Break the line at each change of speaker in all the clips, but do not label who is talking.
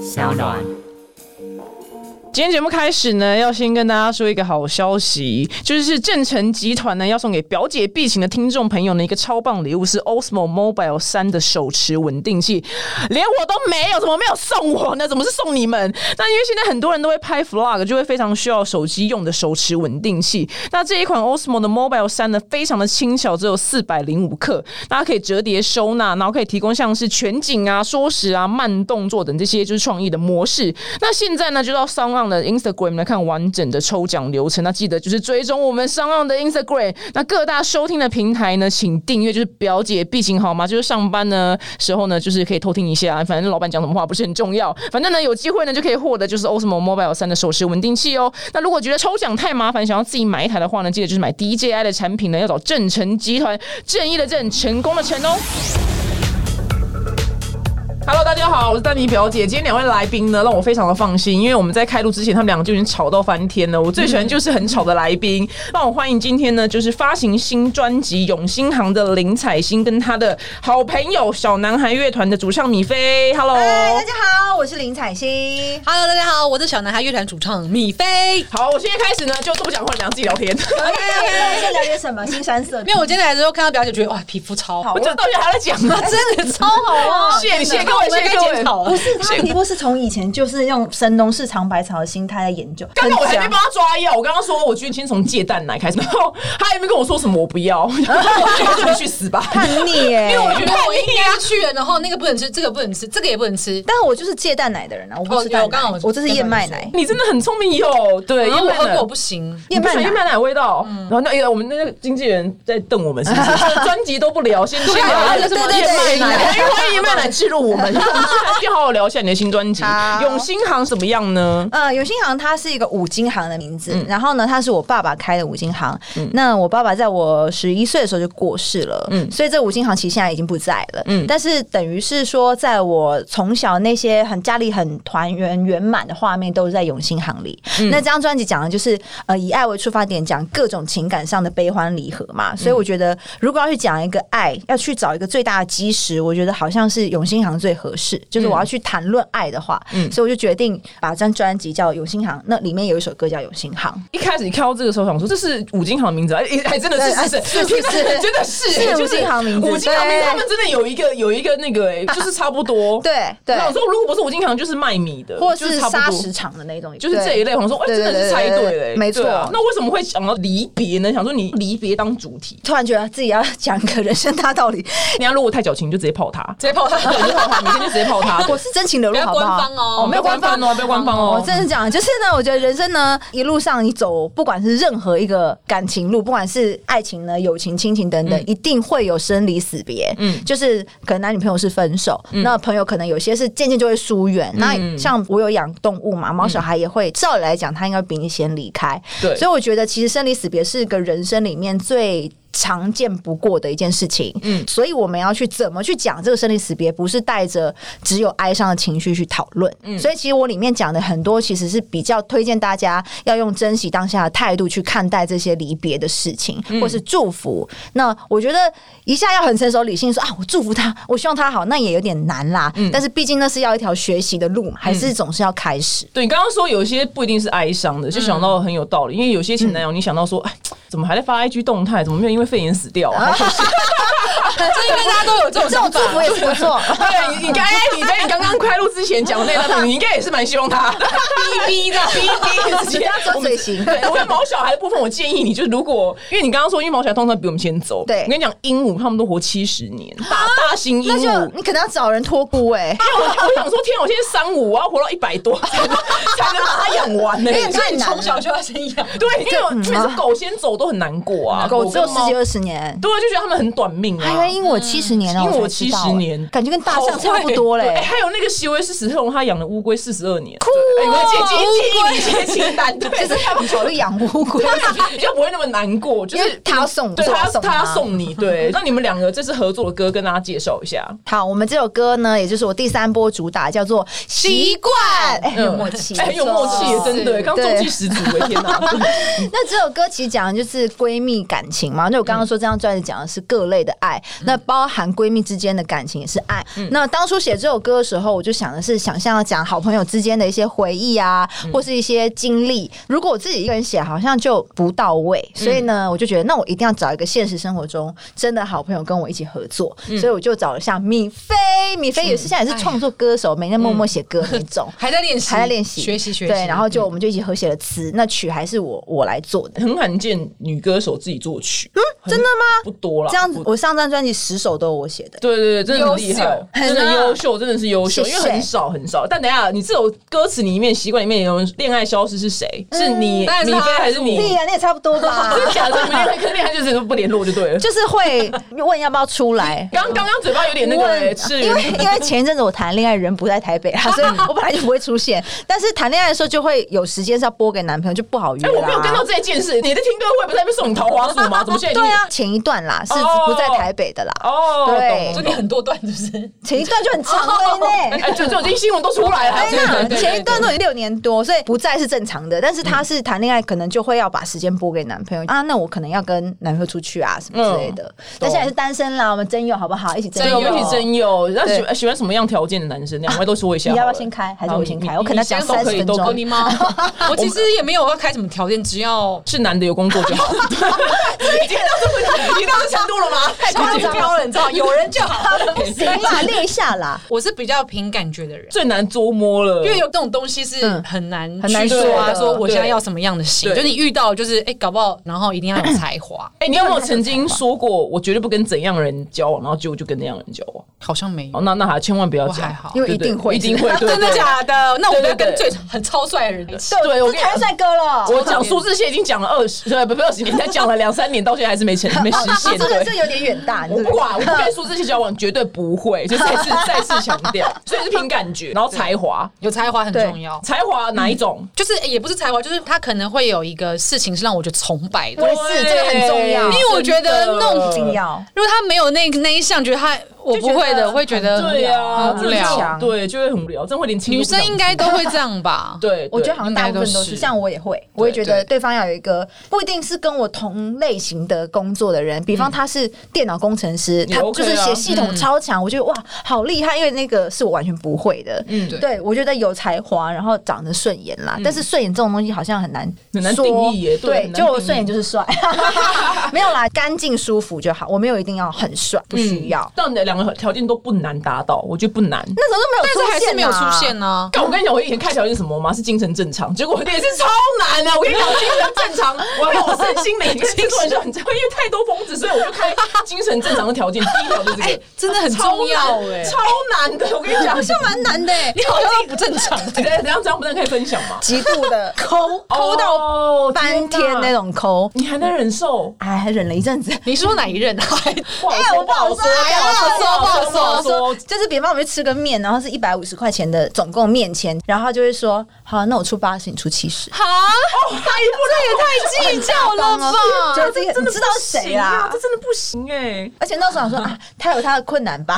小暖。
今天节目开始呢，要先跟大家说一个好消息，就是正成集团呢要送给表姐必请的听众朋友呢一个超棒礼物，是 Osmo Mobile 三的手持稳定器，连我都没有，怎么没有送我呢？怎么是送你们？那因为现在很多人都会拍 vlog，就会非常需要手机用的手持稳定器。那这一款 Osmo 的 Mobile 三呢，非常的轻巧，只有四百零五克，大家可以折叠收纳，然后可以提供像是全景啊、缩时啊、慢动作等这些就是创意的模式。那现在呢，就到商浪的 Instagram 来看完整的抽奖流程。那记得就是追踪我们商浪的 Instagram。那各大收听的平台呢，请订阅，就是表姐必行好吗？就是上班呢时候呢，就是可以偷听一下，反正老板讲什么话不是很重要。反正呢，有机会呢就可以获得就是 Osmo Mobile 三的手持稳定器哦。那如果觉得抽奖太麻烦，想要自己买一台的话呢，记得就是买 DJI 的产品呢，要找正成集团，正义的正，成功的成哦。Hello，大家好，我是丹尼表姐。今天两位来宾呢，让我非常的放心，因为我们在开录之前，他们两个就已经吵到翻天了。我最喜欢就是很吵的来宾，让我欢迎今天呢，就是发行新专辑《永兴行》的林采欣跟他的好朋友小男孩乐团的主唱米菲。Hello，
嗨，大家好，我是林采欣。
Hello，大家好，我是小男孩乐团主唱米菲。
好，我现在开始呢，就都不讲话，讲自己聊天。
OK，先聊点什么？新山色
因为我今天来的时候看到表姐，觉得哇，皮肤超好
我，这到底还在讲吗？
真的超 好啊！
谢谢谢谢
跟
各
我
位，谢
们可
谢
以
各
检
位。
讨了。
是他皮肤是从以前就是用神农氏尝百草的心态在研究，
刚刚我还没
很
帮他抓药，我刚刚说我决定先从戒蛋奶开始，然后他也没跟我说什么，我不要，我就你去死吧。
叛逆耶、
因为我觉得
我
我应
应该去了，然后那个不能吃，这个不能吃，这个也不能吃。
但我就是戒蛋奶的人啊，我不吃
哦
蛋
有刚
奶，
好
我
我
这是燕麦奶。
你真的很聪明哟，对，
然
燕
后我
麦
喝
奶
果不行，
你不喜欢
燕
燕麦奶的味道，然后那我们那个经纪人在瞪我们，是不是？专辑都不聊，先先聊
对
什么
对
燕麦
对
奶，
对
因为欢迎燕麦奶置入我们，让我们先好好聊一下你的新专辑《
好
永兴行》怎么样呢？
呃，永兴行它是一个五金行的名字，
嗯
然后呢，它是我爸爸开的五金行。那我爸爸在我十一岁的时候就过世了，
嗯
所以这五金行其实现在已经不在了，
嗯
但是等于是说，在我从小那些很家里很团圆圆满的画面，都是在永兴行里。
嗯
那这张专辑讲的就是呃，以爱为出发点，讲各种情感上的悲欢离合
嗯
嘛。所以我觉得，如果要去讲一个爱，要去找一个最大的基石，我觉得好像是永兴行最合适。就是我要去谈论爱的话，
嗯
所以我就决定把这张专辑叫《永兴行》，那里面有一首歌叫《永兴行》。
一开始你看到这个时候，想说这是五金行的名字啊，哎，还真的
对哎
是是
是是是
真的是
是
就是
五金行名字
五金行名字
对
他们真的有一个有一个那个，哎就是差不多。
对对，
那我说如果不是五金行，就是卖米的，
或
就
者是
差不
砂
多
石场的那种，
就是
对
这一类，我说，哎、
对
真的是猜
对
对
对
嘞、
对没错
对啊那为什么会想到离别呢？想说你离别当主题，
突然觉得自己要讲一个人生大道理，
人家如果太矫情，就直接泡他，
直接泡他，
对，就泡他，每天就直接泡 他。
我是真情流
不
露，
要
好
官
好？
方哦，
哦，没有官方哦，没有官方
我
哦，
真的讲，就是呢，我觉得人生呢，一路上你走，不管是任何一个感情路，不管是爱情呢、友情、亲情等等，一定会有生离死别。
嗯
嗯，就是可能男女朋友是分手，那朋友可能有些是渐渐就会疏远。
嗯
那像我有养动物嘛，猫小孩也会，照理来讲，它应该比你先离开。
对
所以我觉得其实生离死别是个人生里面最。常见不过的一件事情，
嗯
嗯，所以我们要去怎么去讲这个生离死别，不是带着只有哀伤的情绪去讨论，嗯，所以其实我里面讲的很多，其实是比较推荐大家要用珍惜当下的态度去看待这些离别的事情，或是祝福。那我觉得一下要很成熟理性说啊，我祝福他，我希望他好，那也有点难啦，但是毕竟那是要一条学习的路嘛，还是总是要开始。
对你刚刚说有些不一定是哀伤的，就想到很有道理，因为有些前男友，你想到说，哎，怎么还在发 IG 动态？怎么没有因为肺炎死掉啊？
这应该大家都有这种
这种祝福也是不错，
对，你你刚哎你在你刚刚开录之前讲的那段话，你应该也是蛮希望他
逼逼的，逼逼
你不要走嘴型。
对，我觉得毛小孩的部分，我建议你就是如果，因为你刚刚说，因为毛小孩通常比我们先走。
对啊
我跟你讲，鹦鹉他们都活七十年，大大型鹦
那就
鹉。
你可能要找人托孤 哎、
因为我我想说，天啊，我现在三五，我要活到一百多 才能才能把它 养完呢、
有点
所以
太
你
难
从小
了。
就要先养。
对，因为我
嗯
因为是狗先走都很难过啊，
狗只有
跟
十
猫
几二十年，
对，就觉得他们很短命
还原
啊。
鹦鹉七十年了，
鹦鹉
我才知道欸
70年
感觉跟大象
好
差不
会
多嘞、
对哎还有那个席维斯史特龙，他养了乌龟四十二年，酷、哎，我建议你接清单，对，
哦就是他很早就养乌龟，
比较不会那么难过， 就
因
是
为他要送
对
是我
他要
送
他要
他
送你， 对。那你们两个这次合作的歌跟大家介绍一下，
好，我们这首歌呢，也就是我第三波主打，叫做《习惯》，哎、很有默契，
哎，很有默契，
哦
真的，
是
刚中气十足，我天哪！
那这首歌其实讲的就是闺蜜感情嘛。那我刚刚说这张专辑讲的是各类的爱，爱，那包含闺蜜之间的感情也是爱。那当初写这首歌的时候，我就想的是想象要讲好朋友之间的一些回忆啊，或是一些经历。如果我自己一个人写，好像就不到位，所以呢，我就觉得那我一定要找一个现实生活中真的好朋友跟我一起合作，所以我就找了像米菲，米菲也是现在也是创作歌手，每天默默写歌那种。
还在练习，
还在练习，
学习学习。
对，然后
嗯
就我们就一起合写了词，那曲还是我我来做的。
很罕见女歌手自己作曲，嗯，真的吗？不多啦，
这样子，
不
我上张专辑十首都有我写的。
对对对，真的很厉害，
优秀啊
真的优秀，真的是优秀，
谢
因
谢
为很少很少。但等一下，你这首歌词里面、习惯里面有“恋爱消失”是谁？是
嗯
你
当然是
米
他
菲还是你？
丽啊，你也差不多 吧？
真的假的？没恋爱，可是恋爱就是不联络就对了。
就是会问要不要出来。
刚刚刚嘴巴有 点那个欸
问，
吃
因为因为前一阵子我谈恋爱人不在台北 啊，所以我本来就不会出现。但是谈恋爱的时候就会有时间是要拨给男朋友，就不好约
哎，
啦。
我没有跟到这件事，你的听歌会不是在那边送你桃花树吗？怎么现在已经
对啊，前一段啦是
哦
不在台北的啦，
哦，
对
懂
所以你很多段是不是？
前一段就很长了 呢。
哎，就就已经新闻都出来了，还
哎
有这个
呀
对对，对
前一段都已经六年多，所以不在是正常的。但是他是谈恋爱，可能就会要把时间拨给男朋友啊。那我可能要跟男朋友出去啊，什么之类的。但现在是单身啦，我们真友好不好？一起真
对，
友，
我们一起征友。那喜
对
欢喜欢什么样条件的男生？两位都说一下好
你
了。
要不要先开，还是我先
好
开？
你
我可能要讲
你先都
三
可以
十分
都可
哦，
钟
以。
你妈！我其实也没有要开什么条件，只要
是男的有工作就好。对，已经到这么已经到这程度了 吗？太
夸张
标了，你知道，有人就好。
行啦，列一下啦。
我是比较凭感觉的人。
最难捉摸了，
因为有这种东西是
嗯
很难
很难
去
说
说啊，
的
说我现在
对
要什么样的型，
对
就你遇到就是哎、搞不好然后一定要有才华，
哎、你有没有曾经说过我绝对不跟怎样的人交往，然后结果就跟那样的人交往？
好像没有
哦，，那那还千万不要
我
讲
还，好
因为
对
一定
对
会
一定会，对
真的？假的？那我不
对
要跟
对
最
对
很超帅的人一起。
对对，我跟你
太帅哥了，
我讲苏志燮已经讲了二十，对，不不二十年，才讲了两三年，到现在还是没成没实现。
你 这个
对
这，有点远大，你
我
这
不
个
管，我不跟苏志燮交往，绝对不会。就再次再次强调，所以是凭感觉，然后才华，
有才华很
对
重要，
才华哪一种？
就是、哎也不是才华，就是他可能会有一个事情是让我觉得崇拜的
我。也是这个很重要
对
因为我觉得
真的
那种
一定要。
如果他没有那那一项，觉得他我不会
就觉
的，
得
我会觉得
对啊，
很无聊
真的
强
对，就会很无聊，真会连亲都
女
不想
生应该
亲？
都会这样吧
对，
我觉得
对
好像大部分
应
都
该
是，
都是
像我也会，我也觉
对
得对方要有一个不一定是跟我同类型的工作的人，比方他是电脑工程师，
也
他
OK
就是
啊
写系统超强，我觉得哇，好厉害，因为那个是我完全不会的。
嗯
对
对，我觉得有才华，然后长得顺眼啦，但是顺眼这种东西好像很难
很难
说
定义耶对
对
很，难
就我
定义
顺眼就是帅，没有啦，干净舒服就好，我没有一定要很帅，不需要。
但你的两个条件都不难达到，我觉得不难。
那时候都没有
但
出
是
现、啊
还是没有出现。啊呢、
但我跟你讲，我以前看条件什么吗？是精神正常，结果我也是超难的、啊我跟你讲，精神正常，我让我身心灵精神就很因为太多疯子，所以我就开精神正常的条件，第一条 就是这个，
哎
真的很
超
重要
难
哎、
超难的。我跟你讲，
好像蛮难的、欸，
你好像不正常。
等下等下这样不能可以分享吗？
极度的 抠抠到
到
翻天那，种抠，
你还能忍受？
哎，还忍了一阵 子。
你说哪一任啊？
哎
我不好说，
不好说，不好说。
就是比方我们去吃个面，然后是一百五十块钱的总共面钱，然后他就会说：“好，那我出八十，你出七十。
哈，
啊
这也太计较了吧？”
就自己很你知道谁啦
这？真的不行哎！
而且那时候 想说啊，他有他的困难吧，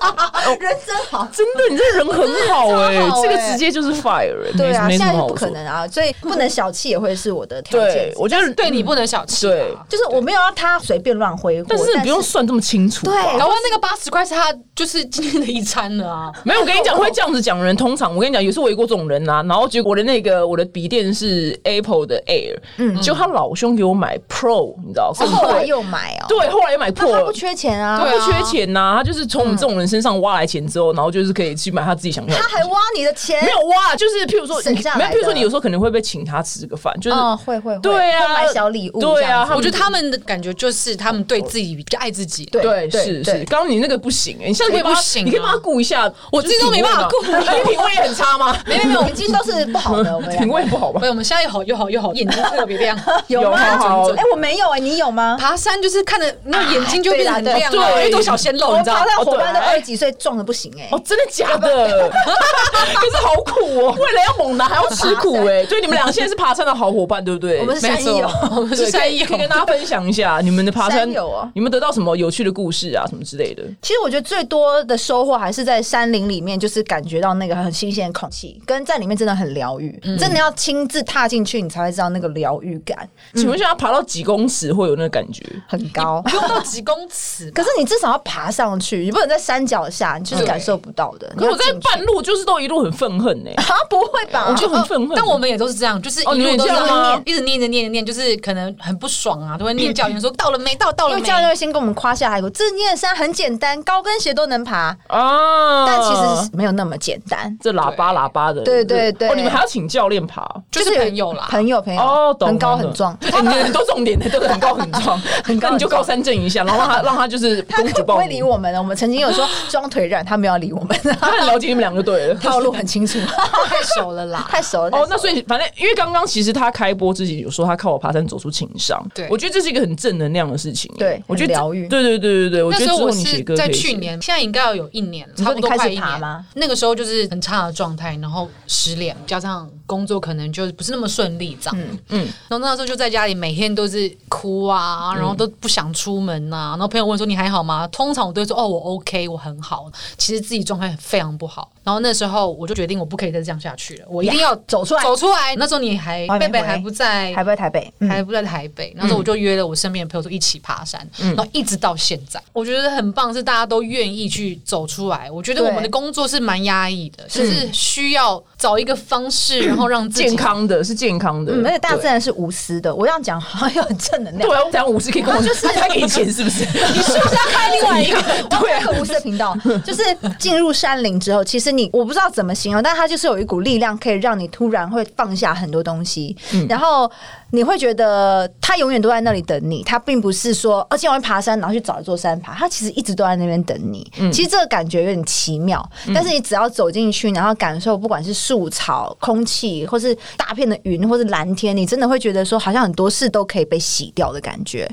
哦
人真好。
真的，你这人很好哎、
真的超好
这个
欸
直接就是 fire，哎
对啊，
没
现
什
在
么
就
好
不
说
可。能啊，所以不能小气也会是我的条件
对，。我觉得
对你不能小气、啊。
嗯对
就是我没有让他随便乱挥霍，
但是你不用算这么清楚吧。
对
然后那个八十块是他就是今天的一餐了啊。
没有，我跟你讲，会这样子讲的人，通常我跟你讲，也是我遇过这种人呐、然后结果我的那个我的笔电是 Apple 的 Air，嗯，就他老兄给我买 Pro，你知道，
但
更
是后来
贵。
又买哦，
对，后来又买
那
Pro，
他
了
不缺钱啊，
他
对啊
不缺钱呐、他就是从我们这种人身上挖来钱之后，然后就是可以去买他自己想要的
嗯他
东西。
还挖你的钱，
没有挖，就是譬如说，
省
你
下
没有，
来
譬如说
的
你有时候可能会被请他吃个饭，就是
嗯，会会会，
对啊
会买小礼物，
对啊
我觉得他们的感觉就是他们对自己比较爱自己。
对
对，是
对
是，刚刚你那个不行、欸，你下次可以
我也不
帮他
行啊
你可以帮他顾一下，
我自己都没办法
就是
啊
品味嘛你品味也很差吗？
没有没有，我们今天都是不 好的，我们
品
俩
味不好吧
没？有，我们现在又好又好又好，眼睛特别 亮。
有
吗？
好好
哎，我没有哎，你有吗？
爬山就是看着那眼睛就变得很亮、啊，
对啦对
有一朵小鲜肉，
我
你知道
爬？到
哦
伙伴都
对
二十几岁，壮的不行哎
哦，，真的假的？可是好苦 哦，为了要猛男还要吃苦哎、所以你们俩现在是爬山的好伙伴，对不对？
我们是 山
没
友，
错我们
哦对
是哦
可
山
以
友
可以跟大家分享一下你们的爬山啊
山友哦
你们得到什么有趣的故事啊，什么之类的。
其实我觉得最多的收获还是在山林里面，就是感觉到那个很新鲜的空气，跟在里面真的很疗愈。
嗯
真的要亲自踏进去，你才会知道那个疗愈感
请问一下，要爬到几公尺会有那个感觉？
很高。
嗯
不用到几公 尺
可
吧。
是你至少要爬上去，你不能在山脚下，你就是
对
感受不到的。
可是我在
你要进去
半路就是都一路很愤恨 呢、
啊，不会吧？
我就很愤恨。
但我们也都是这样，就是一
哦你们也
路都是
这样吗
念，一直念着念着念，就是可能很不爽啊，都会念教练
嗯
说到了没，到到
因
了
为
没。
教练会先跟我们夸下海口，这念山很简单，高跟鞋都能爬，
啊，
但其实是没有那么简单。
这喇叭喇叭的，
对对对
哦，你们还要请教练爬。
就是
有
朋友啦
朋友朋友，
哦，懂
哎很高
懂懂
很壮，
哎你们都重点的，都是很高很 壮，
很高
那你就
很
高
壮
山症一下，然后让他让他就是
他
公
可
主
不
抱
会
你
理，我们的。我们曾经 有说装腿软，他没有理我们，
他很了解你们两个就对了。
套路很 清楚，
太熟了啦。
太熟了。
哦，那
太熟了
所以反正因为刚刚其实他开播之前有说他靠我爬山走出情商，
对
我觉得这是一个很正能量的事情。欸
对
我觉得
很疗愈
对对对对对，我
那
觉得之
时候
后
我
你写
是
歌
在
可以
去
写
年，现在应该要有一年了，
你说
差不多
你开
快
始
一
爬
年
吗？
那个时候就是很差的状态，然后失恋，加上工作可能就不是那么顺利，这样。嗯嗯。然后那时候就在家里每天都是哭啊，然后都不想出门呐、然后朋友问说你还好吗？通常我都会说哦我 OK 我很好，其实自己状态非常不好。然后那时候我就决定我不可以再这样下去了，我一定要
走出来
走出来。那时候你还
还没
贝贝
回
还不在，
还不在台北，嗯
还不在台北，那时候我就约了我身边的朋友说一起爬山，然后一直到现在，我觉得很棒，是大家都愿意去走出来。我觉得
对
我们的工作是蛮压抑的，就是需要找一个方式，然后让自己
健。康的，是健康的，
嗯，而且大
对
自然是无私的。我这样讲好像又很正能量。
对啊，我讲五十可以跟我
就是
他才给你钱是不 是？你
是不是要开另外一个？
对啊
一个无色频道，就是进入山林之后，其实你我不知道怎么形容，但它就是有一股力量，可以让你突然会放下很多东西，
嗯
然后你会觉得它永远都在那里等你，它并不是说哦，今晚爬山然后去找一座山爬，它其实一直都在那边等你。
嗯
其实这个感觉有点奇妙，但是你只要走进去，然后感受不管是树草、空气，或是大片的云，或是蓝天，你真的会觉得说，好像很多事都可以被洗掉的感觉。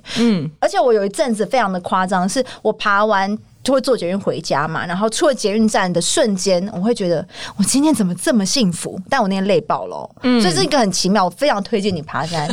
而且我有一阵子非常的夸张，是我爬完。就会坐捷运回家嘛，然后出了捷运站的瞬间，我会觉得我今天怎么这么幸福？但我那天累爆了哦、
嗯
所以这个很奇妙，我非常推荐你爬山，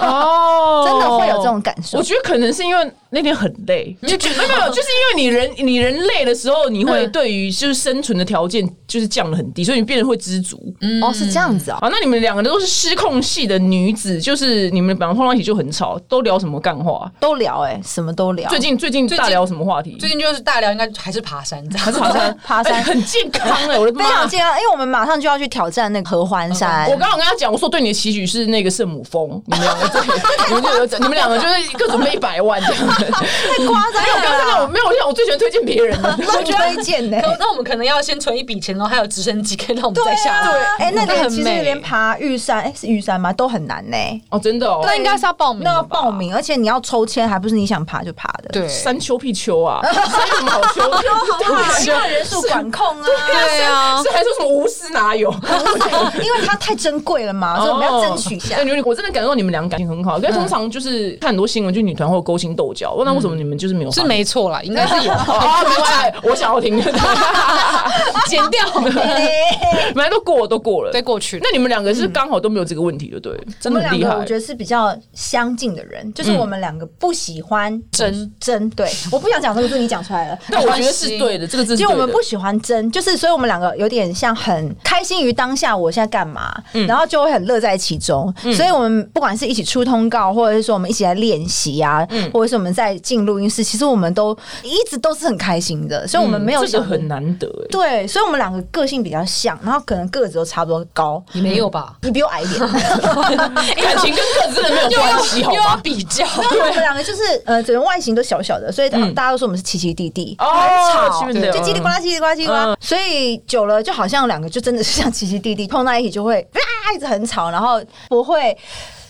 哦，
真的会有这种感受嗯
我觉得可能是因为那天很累，
你就觉
没
得
有，没有，就是因为你人你人累的时候，你会
嗯
对于就是生存的条件就是降得很低，所以你变得会知足。
哦，是这样子哦、
好，那你们两个都是失控系的女子，就是你们本来碰到一起就很吵，都聊什么干话？
都聊哎、什么都聊，
最近最近
最近
大聊什么话题？
最近就是大聊，应该还是爬山这样，还是
爬山，
爬山
哎 很健康哎、我的
非
妈
常！健康，因为我们马上就要去挑战那个合欢山
我，刚刚跟他讲，我说对你的期许是那个圣母峰，你们两个对，你们就 有你们两个就是各准备一百万这样子。
太夸张
没有，我刚刚看到我
了啦，
没有，我想我最喜欢推荐别人 的。
乱推荐呢、
可 那我们可能要先存一笔钱，然后还有直升机可以让我们
对
再下
啊，
来。
哎、那连
很
其实
美
连爬玉山，哎、是玉山吗？都很难呢、
哦，真的哦，
那应该是要报名
那
的
要
吧，
报名，而且你要抽签，还不是你想爬就爬的。
对
山丘屁丘 啊，山有什么好啊丘？丘
希望人数管控啊，
对啊
这还说什么无私哪 有？
因为它太珍贵了嘛，所以我们要争取一下
哦。
嗯
感觉我真的感受到你们两个感情很好，因为通常就是看很多新闻，就女团会有勾心斗角，那为什么你们就是没有？
是没错啦，应该是有
啊，没关系，我想要 听，
减掉，
哎
本来都过了，都过了。
对，过去
那你们两个是刚好都没有这个问题，对不对？
我
真的
们
很
两
厉
个
害。
嗯我觉得是比较相近的人，就是
嗯
我们两个不喜欢
真
争，对，我不想讲这个字，你讲出 来了。
但我觉得是对的，这个字是
就我
对
们
的
不。喜欢争，就是所以我们两个有点像很开心于当下，我现在干嘛，
嗯
然后就会很乐在其中。所以我们不管是一起出通告，或者是说我们一起来练习啊，
嗯
或者是我们在进录音室，其实我们都一直都是很开心的，所以我们没
嗯
有
这
想
个很难得哎。
对，所以我们两个个性比较像，然后可能个子都差不多高。
也没 有吧？
你比我 矮一点，然
感
啊
情跟个子真的没有关 系，好
又要
吗？
比较，
后我们两个就是呃，整个外形都小小的，所以大大家都说我们是奇奇弟弟，
嗯哦
很吵，
是不是
就叽里呱啦叽里呱啦叽里呱啦
嗯。
所以久了就好像两个就真的是像奇奇弟弟碰在一起就会啊一直很吵，然后不会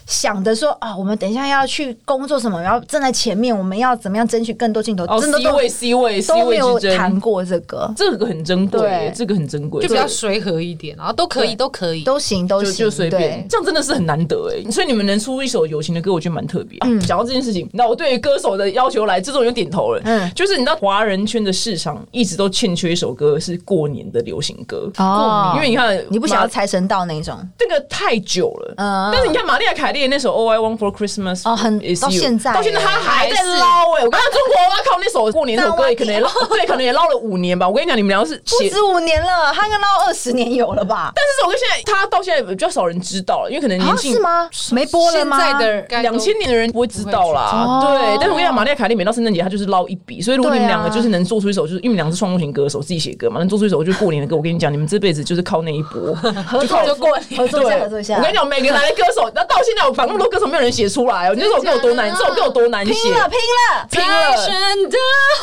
想着说啊，我们等一下要去工作什么，然后站在前面，我们要怎么样争取更多镜头，
哦
真的
，C
都
位 C 位 C
都没
位
有
之
谈
争，
过这个，
这个很珍贵耶
对，
这个很珍贵，
就比
这
较
个
随和一点，然后都可以，
对
都可以。
都行都
就
行，
就随便
对，
这样真的是很难得哎。所以你们能出一首友情的歌，我觉得蛮特别。嗯，讲到这件事情，那我对于歌手的要求来，这种就点头了。嗯
嗯，
就是你知道华人圈的市场一直都欠缺一首歌是过年的流行歌，
哦
因为你看，
你不想要
马
财神到那种，
这个太久了。
嗯
但是你看玛利亚凯莉的那首《All I Want for Christmas》
哦很
Is
到
You
现在
到现在她还在
还是
捞哎、我跟你讲中国哇靠那首过年那首歌也可能也 捞对，可能也捞了五年吧。我跟你讲，你们俩是
不
写
止五年了，他应该捞二十年有了吧？
但是这首歌现在他到现在比较少人知道了，因为可能
啊，
年轻、
是吗？没播了
现
吗？
在的该都
两千年的人不会知道啦，
不会知道
对
哦。
但是我跟你讲，玛丽亚·凯莉每到圣诞节，她就是捞一笔。所以如果你们两个就是能做出一首，就是因为你们两个是创作型歌手，自己写歌嘛，能做出一首就是过年的歌，我跟你讲，你们这辈子就是靠那一 波。
合作
就过年
合作一下，
对，
合作一下，
我跟你讲，每个来的歌手，那到现在我访那么多歌手，没有人写出来哦。你这 首歌有多难，这首歌有多难写
拼，了拼了！
拼
财
了。
神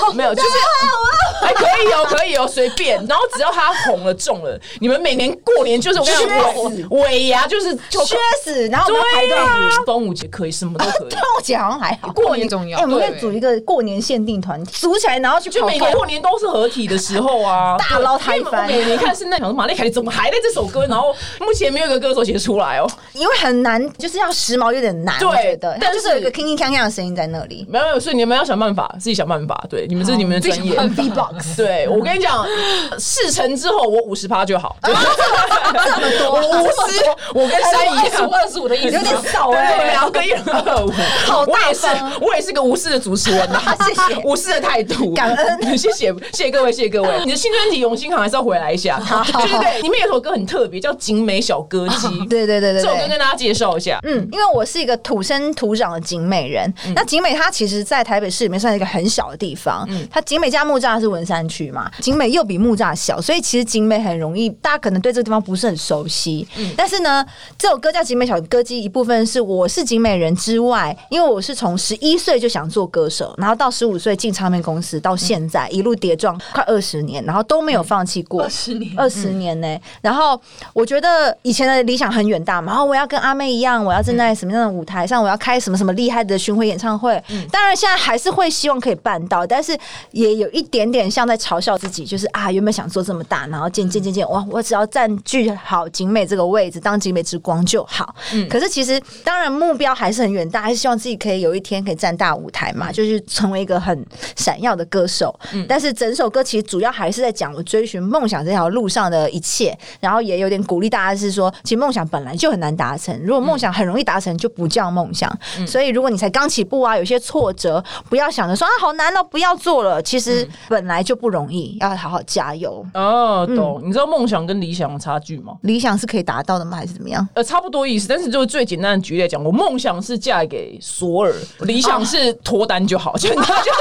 到，
没有，就是还可以哦，可以哦，随便。然后只要他红了、中了，你们每年过年就是我跟你
确
讲，
实
尾尾牙就是就
缺死，然后我
对啊
们要排队。
呀、端午节可以，什么都可以
端。午节好像还好，
过年重要
哎，我们可
对
以组一个过年限定团体，组起来然后去
就
跑
每年过年都是合体的时候 啊，
大捞台翻
对因为我每年看圣诞，想说玛丽凯莉怎么还在这首歌？然 后目前没有一个歌手写出来哦。
因为很难，就是要时髦有点难，
对
我觉得，
但
它
是
就是有一个铿铿锵锵的声音在那里。
没有没有，所以你们要想办法，自己想办法。对，你们这是你们的专业。
B-box
对，我跟你 讲，事成之后我五十趴就 好，
这么
我
多，
五十，我跟山 一样。
二十五的意
有
吗
点少
对，啊
哎，
两个一人二五，
好
我
大
也是
方，
我也是个无私的主持人呐、
谢谢
无私的态度，
感恩
谢谢，谢谢各位，谢谢各位。你的新专辑《永兴行》还是要回来一下，对对对，里面有首歌很特别，叫《景美小歌姬》，
哦对对对对
这首歌
对。
跟大家介绍一下。
嗯，因为我是一个土生土长的景美人。那景美它其实，在台北市里面算是一个很小的地方。它景美加木栅是文山区嘛，景美又比木栅小，所以其实景美很容易，大家可能对这个地方不是很熟悉。但是呢，这首歌叫《景美小歌姬》，一部分是我是景美人之外，因为我是从十一岁就想做歌手，然后到十五岁进唱片公司，到现在一路跌撞快二十年，然后都没有放弃过。
嗯十年嗯
二十年呢、然后我觉得以前的理想很远大嘛，然后我要跟阿妹一样，我要站
嗯
在什么样的舞台上，我要开什么什么厉害的巡回演唱会。
嗯
当然现在还是会希望可以办到，但是也有一点点像在嘲笑自己，就是啊，原本想做这么大，然后渐
嗯
渐渐渐，哇，我只要占据好景美这个位置，当景美之光就好。
嗯
可是其实当然目标还是很远大，还是希望自己可以有一天可以站大舞台嘛，就是成为一个很闪耀的歌手。但是整首歌其实主要还是在讲我追寻梦想这条路上的一切，然后也有点鼓励大家是说，其实梦想本来就很难达成，如果梦想很容易达成，就不叫梦想。所以如果你才刚起步啊，有些挫折，不要想着说啊好难哦，不要做了，其实本来就不容易，要好好加油。
哦，
嗯
懂。你知道梦想跟理想的差距吗？
理想是可以达到的吗？还是怎么样？
呃，差不多意思，但是就是最简单的举例来讲，我梦想是嫁给索尔，理想是
哦
脱单就好，就 你知道就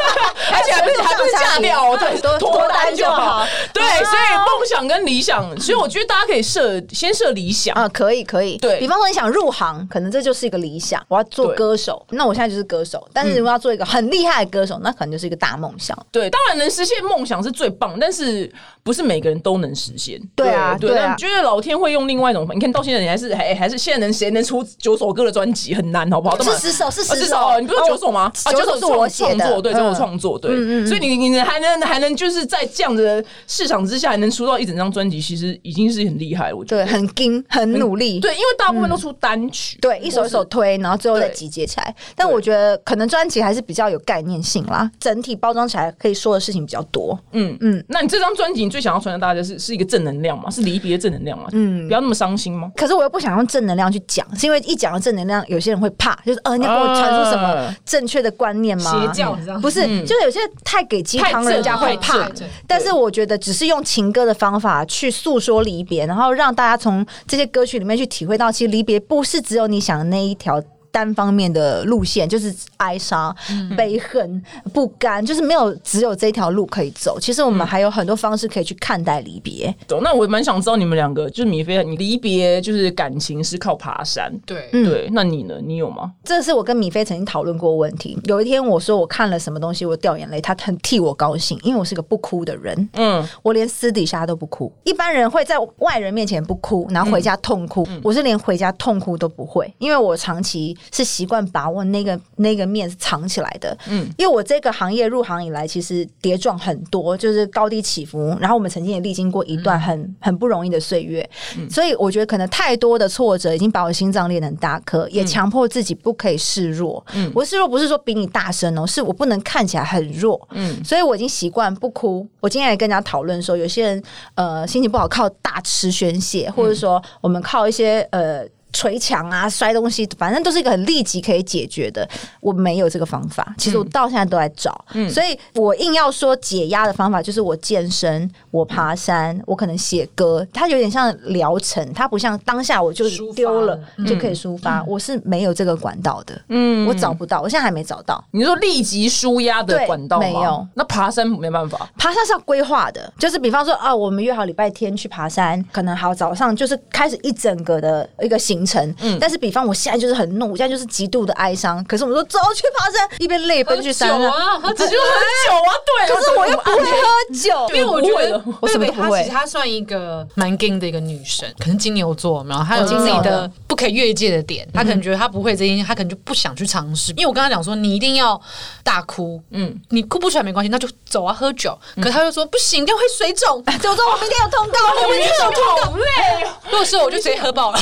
而且还不是还不是嫁掉哦，对，
脱
脱单就
脱单就
好
好。嗯
对，所以梦想跟理想，所以我觉得大家可以设先设理想。
啊，可以可以，
对
比方说你想入行，可能这就是一个理想，我要做
对
歌手，那我现在就是歌手，但是如果要做一个很厉害的歌手，那可能就是一个大梦想。
对，当然能实现梦想是最棒，但是不是每个人都能实现。
对啊
对，
对啊
那觉得老天会用另外一种，你看到现在你还是哎还还是现在能谁能出九首歌的专辑很难，好不好？
是十首，是
啊，至
十首，
少你不是九首吗？啊，
九
九首
是我写
创
的，
作，对，九首
嗯
创作，对，所以你你还能还能就是在这样的市场之下，还能出到一整张专辑，其实已经是很厉害了，我觉
对，
得。
很精，很努力，
嗯对，因为大部分都出单曲，
嗯对，一首一首推，然后最后再
对
集结起来。但我觉得可能专辑还是比较有概念性啦，整体包装起来可以说的事情比较多。
嗯嗯。那你这张专辑，你最想要传达大家是是一个正能量吗？是离别正能量吗？嗯，不要那么伤心吗？
可是我又不想用正能量去讲，是因为一讲到正能量，有些人会怕，就是呃，你要给我传出什么
啊嗯
正确的观念吗？
邪教这样
不是，就是有些太给鸡
太
汤，
正
人家会
太
怕
正。
但是我觉得，只是用情歌的方法去诉说离别，然后让大家从这些歌曲里面去体会到，其实离别不是只有你想的那一条。单方面的路线就是哀伤、悲恨、不甘，就是没有只有这条路可以走。其实我们还有很多方式可以去看待离别。
懂。那我蛮想知道你们两个，就是米菲，你离别就是感情是靠爬山，
对，
嗯
对，那你呢？你有吗？
这是我跟米菲曾经讨论过的问题。有一天我说我看了什么东西，我掉眼泪，他很替我高兴，因为我是个不哭的人。
嗯，
我连私底下都不哭，一般人会在外人面前不哭，然后回家痛哭。我是连回家痛哭都不会，因为我长期是习惯把握那个那个面是藏起来的。嗯，因为我这个行业入行以来，其实跌撞很多，就是高低起伏。然后我们曾经也历经过一段很、很不容易的岁月，所以我觉得可能太多的挫折已经把我心脏练成大颗，也强迫自己不可以示弱。嗯，我示弱不是说比你大声哦，是我不能看起来很弱。嗯，所以我已经习惯不哭。我今天也跟人家讨论说，有些人呃心情不好靠大吃宣泄，或者说我们靠一些呃。捶墙啊，摔东西，反正都是一个很立即可以解决的。我没有这个方法，其实我到现在都在找，所以我硬要说解压的方法，就是我健身，我爬山，我可能写歌，它有点像疗程，它不像当下我就
抒发
丢了就可以抒发，我是没有这个管道的，嗯，我找不到，我现在还没找到。
你说立即舒压的
对
管道吗
没有，
那爬山没办法。
爬山是要规划的，就是比方说啊，我们约好礼拜天去爬山，可能好早上就是开始一整个的一个行程。
嗯
但是比方我现在就是很怒，我现在就是极度的哀伤，可是我们说走去爬山，一边累奔去山
喝酒
上。
啊，喝酒
只就喝酒啊，对啊。
可是我又不会喝
因
酒，
为我觉得
我不会了
我什么
贝
都不
贝她其
会
实她算一个蛮 gay 的一个女生，可能金牛座，然后她有
金
自己
牛
的
的
不可以越界的点，她可能觉得她不会这件事，她可能就不想去尝试。因为我跟她讲说，你一定要大哭，嗯，你哭不出来没关系，那就走啊喝酒。可她又说不行，这样会水肿。
酒中我明天有通告，我明天有通告。
好累哦！
如果是我，我就直接喝爆了。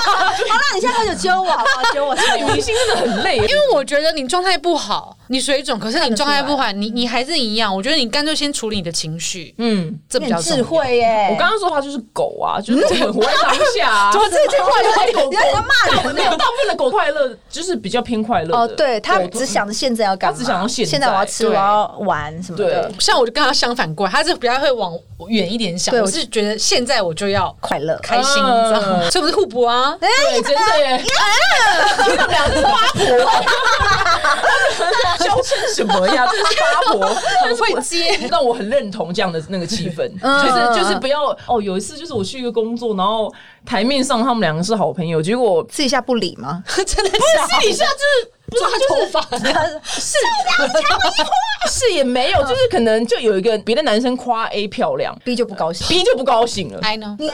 好啦，你现在喝酒揪我，好不好？揪我，
女明星真的很累，因
因为我觉得你状态不好，你水肿，可是你状态不
看得出
好，你你还是一样。我觉得你干脆先处理你的情绪，
嗯，
这比
你
较
很
重
智
要。
慧耶！
我刚刚说她就是狗 啊，就是很活在当下啊。
我这句话有点有点要骂人
没
呢
有，。大部分的狗快乐就是比较偏快乐的
哦，对他只想着现在要干嘛，
他只想要现在
现在我要吃，
对
我要玩什么的
对，
像我就跟他相反过来，他是比较会往远一点想，
对
我啊
我
是觉得现在我就要
快乐。
开心，你知道吗？所以我们是互补啊。
对，真的耶，你们俩是八婆，娇嗔什么呀？这是八 婆，很会接，让我很认同这样的那个气氛，
嗯
就是就是不要哦。有一次就是我去一个工作，然后台面上他们两个是好朋友，结果
私底下不理吗？
真的是
私底下就是
抓头发，
是是也没有，
嗯
就是可能就有一个别的男生夸 A 漂亮
B 就不高兴。
，B 就不高兴了。
I know。
你 you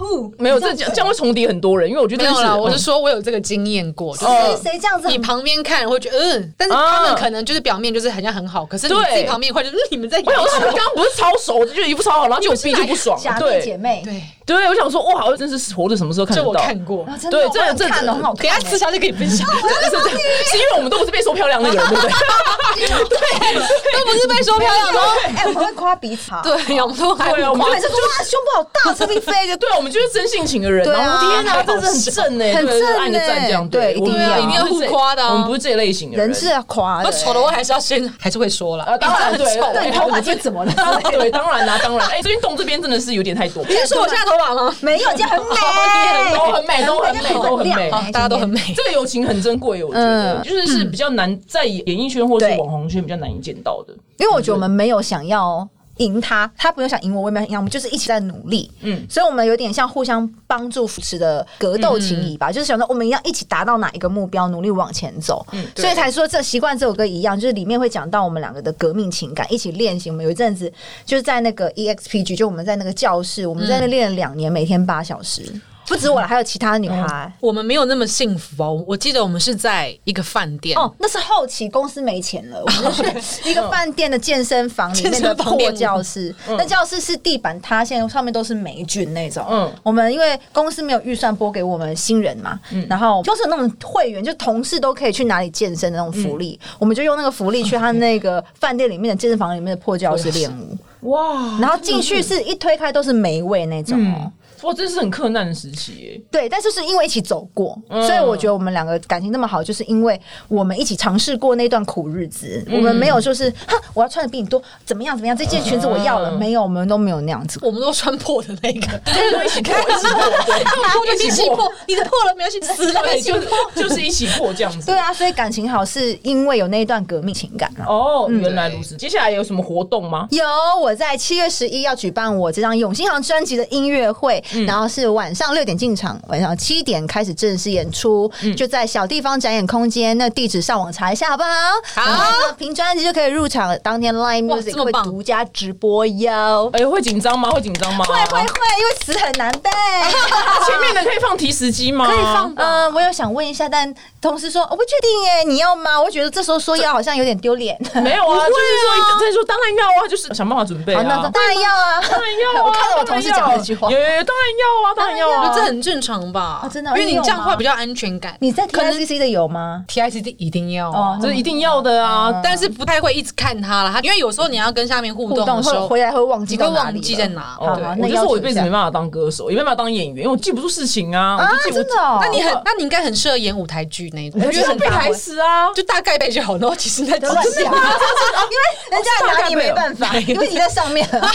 know
没有，这这样会重叠很多人，因为我觉得
没哦
这
有
件事
啦，我
嗯
是说我有这个经验过，就是
哦
谁谁这样子很
你旁边看会觉得嗯，但是他们可能就是表面就是好像很好，可是你
对
自己旁边会觉得嗯你们在
我想说，刚刚不是超熟，就一副超好，然后就
啊
B 就不爽
假，面姐
对
妹？
对，
对，我想说，哇，我真是活着什么时候看
这
得
我
到？
看过，
啊，真的
对
哦，
这
我很
这
看了很好
等一
看
下
欸。
私下就可以分 享。
是 是是因为我们都不是被说漂亮那个人，对不对？
都不是被说漂亮吗？
哎，我们会夸彼此啊。
对，我们都还
哦对 啊我们
我每次说哇，胸部好大，这边飞就
对，啊我们就是真性情的人。
对啊
然后天哪，这是很正哎，
很
对
正欸
按个赞这样，
对
我们
一定要
我们不是
一定要互夸的啊
我们不是这一类型的
人是要夸的
那
欸。
丑的话还是要先，还是会说了。
啊，当然
哎
对，
对，你头发今天怎么了？
对，当然啦，当然。哎，最近动这边真的是有点太多，
你是说我现在头发吗？
没有，这样很 美
你，
都很美，都很美，都很美。
啊
好，大家都很美。
这个友情很珍贵，我觉得
嗯
就是是比较难在演艺圈或是
对
网红圈比较难以见到的。
因为我觉得我们没有想要赢他，他不用想赢我，我也没有想赢他，我们就是一起在努力。
嗯
嗯，所以我们有点像互相帮助扶持的格斗情谊吧，就是想说我们要一起达到哪一个目标，努力往前走。嗯，
对
所以才说这习惯这首歌一样，就是里面会讲到我们两个的革命情感，一起练习。我们有一阵子就是在那个 E EXPG，就我们在那个教室，我们在那练了两年，每天八小时。不止我了，还有其他女孩。
我们没有那么幸福哦。我记得我们是在一个饭店，
哦，那是后期公司没钱了，我 们就去一个饭店的健身房里面
哦健身
的
房嗯
破
练舞
教室，那教室是地板塌陷，上面都是霉菌那种。
嗯
嗯，我们因为公司没有预算拨给我们新人嘛，
嗯
然后就是有那种会员，就同事都可以去哪里健身的那种福利，我
嗯
们就用那个福利去他那个饭店里面的健身房里面的破教室练舞，
哇，嗯
然后进去是一推开都是霉味那种哦。
哇，这是很困难的时期欸耶。
对，但是是因为一起走过，
嗯
所以我觉得我们两个感情那么好，就是因为我们一起尝试过那段苦日子。
嗯
我们没有就是哈，我要穿的比你多，怎么样怎么样，这件裙子我要了，
嗯
没有，我们都没有那样子。
我们都穿破的 那个，
对，一起破，一起破，对，
破就一起
一起
破，你的破了没有去撕了，
对，
一起
就
破
是就是一起破这样子
对。啊，所以感情好是因为有那一段革命情感啊。
哦，原来如此。接下来有什么活动吗？
有，我在七月十一要举办我这张《永兴行》专辑的音乐会，然后是晚上六点进场，晚上七点开始正式演出，就在小地方展演空间。那地址上网查一下，好不好？好，凭专辑就可以入场，当天 Line
哇这
Music
么
会
棒
独家直播哟。
哎、会紧张吗？会紧张吗？
会会会，因为词很难 背。
前面的可以放提示机吗？
可以放吧？
嗯，我有想问一下，但同事说哦我不确定耶，你要吗？我觉得这时候说要好像有点丢脸。
没有啊，就是说，他说当然要啊，就是想办法准备啊。
好，那当然要啊，
当然要啊！
我看到我同事讲这句话
当然要有有有当然要啊，当然要
我觉
啊
得！这很正常吧？
哦真的
因为你
你有
这样
吗
会比较安全感。
你在
可能
TICC 的有吗？
T I C D 一定要
哦
啊，
这一定要的啊！
但是不太会一直看他了。他因为有时候你要跟下面互
互
动
动
的时
会
候，
回来会忘记
你会
到哪
忘
里
记
了
在哪。
好
对
好
哦我
那
就
要
说
求
我一辈子
一下
没办法当歌手，也没办法当演员，因为我记不住事情啊。
啊
我就记，不
真的哦？
那你很，那你应该很适合演舞台剧那一种，
我
我
觉
觉得
得
很
背
大
欸
台词 啊，
就大概背就好。然后其实在
不要乱 讲，因为人家拿你没办法，因为你在上面。
哦，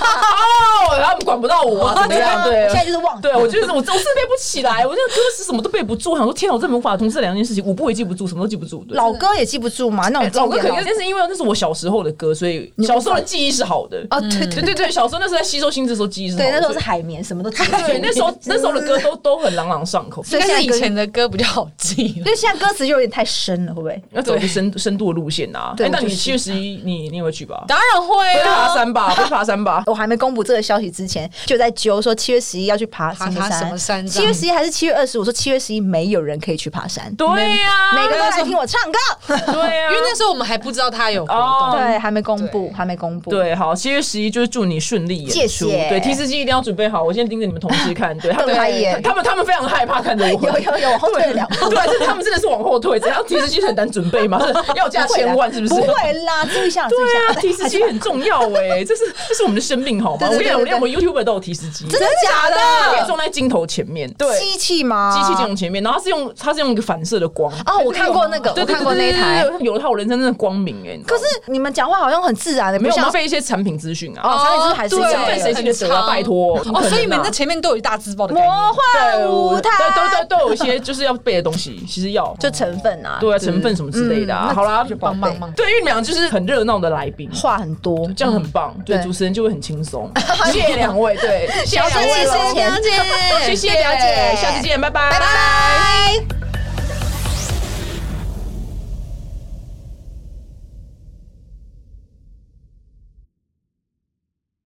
他们管不到我啊，怎么 样？对，
我现在就是忘记
对，我就是我，我真的背不起来，我那个歌词什么都背不住。我想说，天啊，我真的无法同时这两件事情，舞步也记不住，什么都记不住。对哎
老歌也记不住嘛，那种
老
经
歌
典
可
老
以，但是因为那是我小时候的歌，所以
你无法
小时候的记忆是好的。
哦，对
对
对
对对，小时候那时候在吸收新知的时候，记忆是好的
对，那时候是
所以
海绵，什么都记不住。
对，那 时候那时候的歌都都很朗朗上口。
所以
但
现
是
在
以
歌
前的歌比较好记了。
对，现在歌词就有点太深了，会不会？
要走一个深深度的路线啊！
对
哎那
我
你
就是。
七月十一，你你也会去吧？
当然会
会爬
啊，
山吧，会爬山吧
我还没公布这个消息之前，就在揪说七月十一要去爬什么
爬爬什
山？
么山
七月十一还是七月二十？我说七月十一没有人可以去爬山，
对啊呀，
每个人都来听我唱歌。
对呀，
因为那时候我们还不知道他有活
哦
动。
对，还没公布，还没公布。，
对，好，七月十一就是祝你顺利
谢
演出。
谢
对，提示机一定要准备好，我现在盯着你们同事看，对他们
瞪他一眼
他们他们非常害怕看着我。
有有有，往后退了两步。
对，这他们真的是往后退，只要提示机很难准备嘛，是要加千万是不是？
不会 啦，注意一下，注意
对
一
啊，
下。
提示机很重要哎、这是这是我们的生命好吗？
对
我
对
跟你讲，我
对对
连我 YouTube 都有提示机，
真的假的
它可以装在镜头前面，对，
机器吗？
机器镜头前面，然后它是用它是用一个反射的光。
哦，我看过那个，
对
我
对
看过那一
对对
台
对。对对有了它，我人生真的光明哎、你知道
可
吗
是你们讲话好像很自然的，欸
没
不
有
像
浪费一些产品资讯啊。
哦，产品是不是还是
对
一
浪
样
费谁
的？
记得折啊
很长
拜托不可能啊
哦，所以你们在前面都有一大字报的概念。
魔幻
对
舞台
对对对，都有一些就是要背的东西，其实要
就成分啊，
对啊，成分什么之类的啊。好啦，
就棒
棒
棒
棒
棒，
棒！
对，因为你们俩就是很热闹的来宾，
话很多。
这样很棒，对
对
主持人就会很轻松。谢谢两位，对，谢谢
小
两
生
位
气
喽，
生
谢谢
谢谢表姐
下次见，拜拜，拜
拜。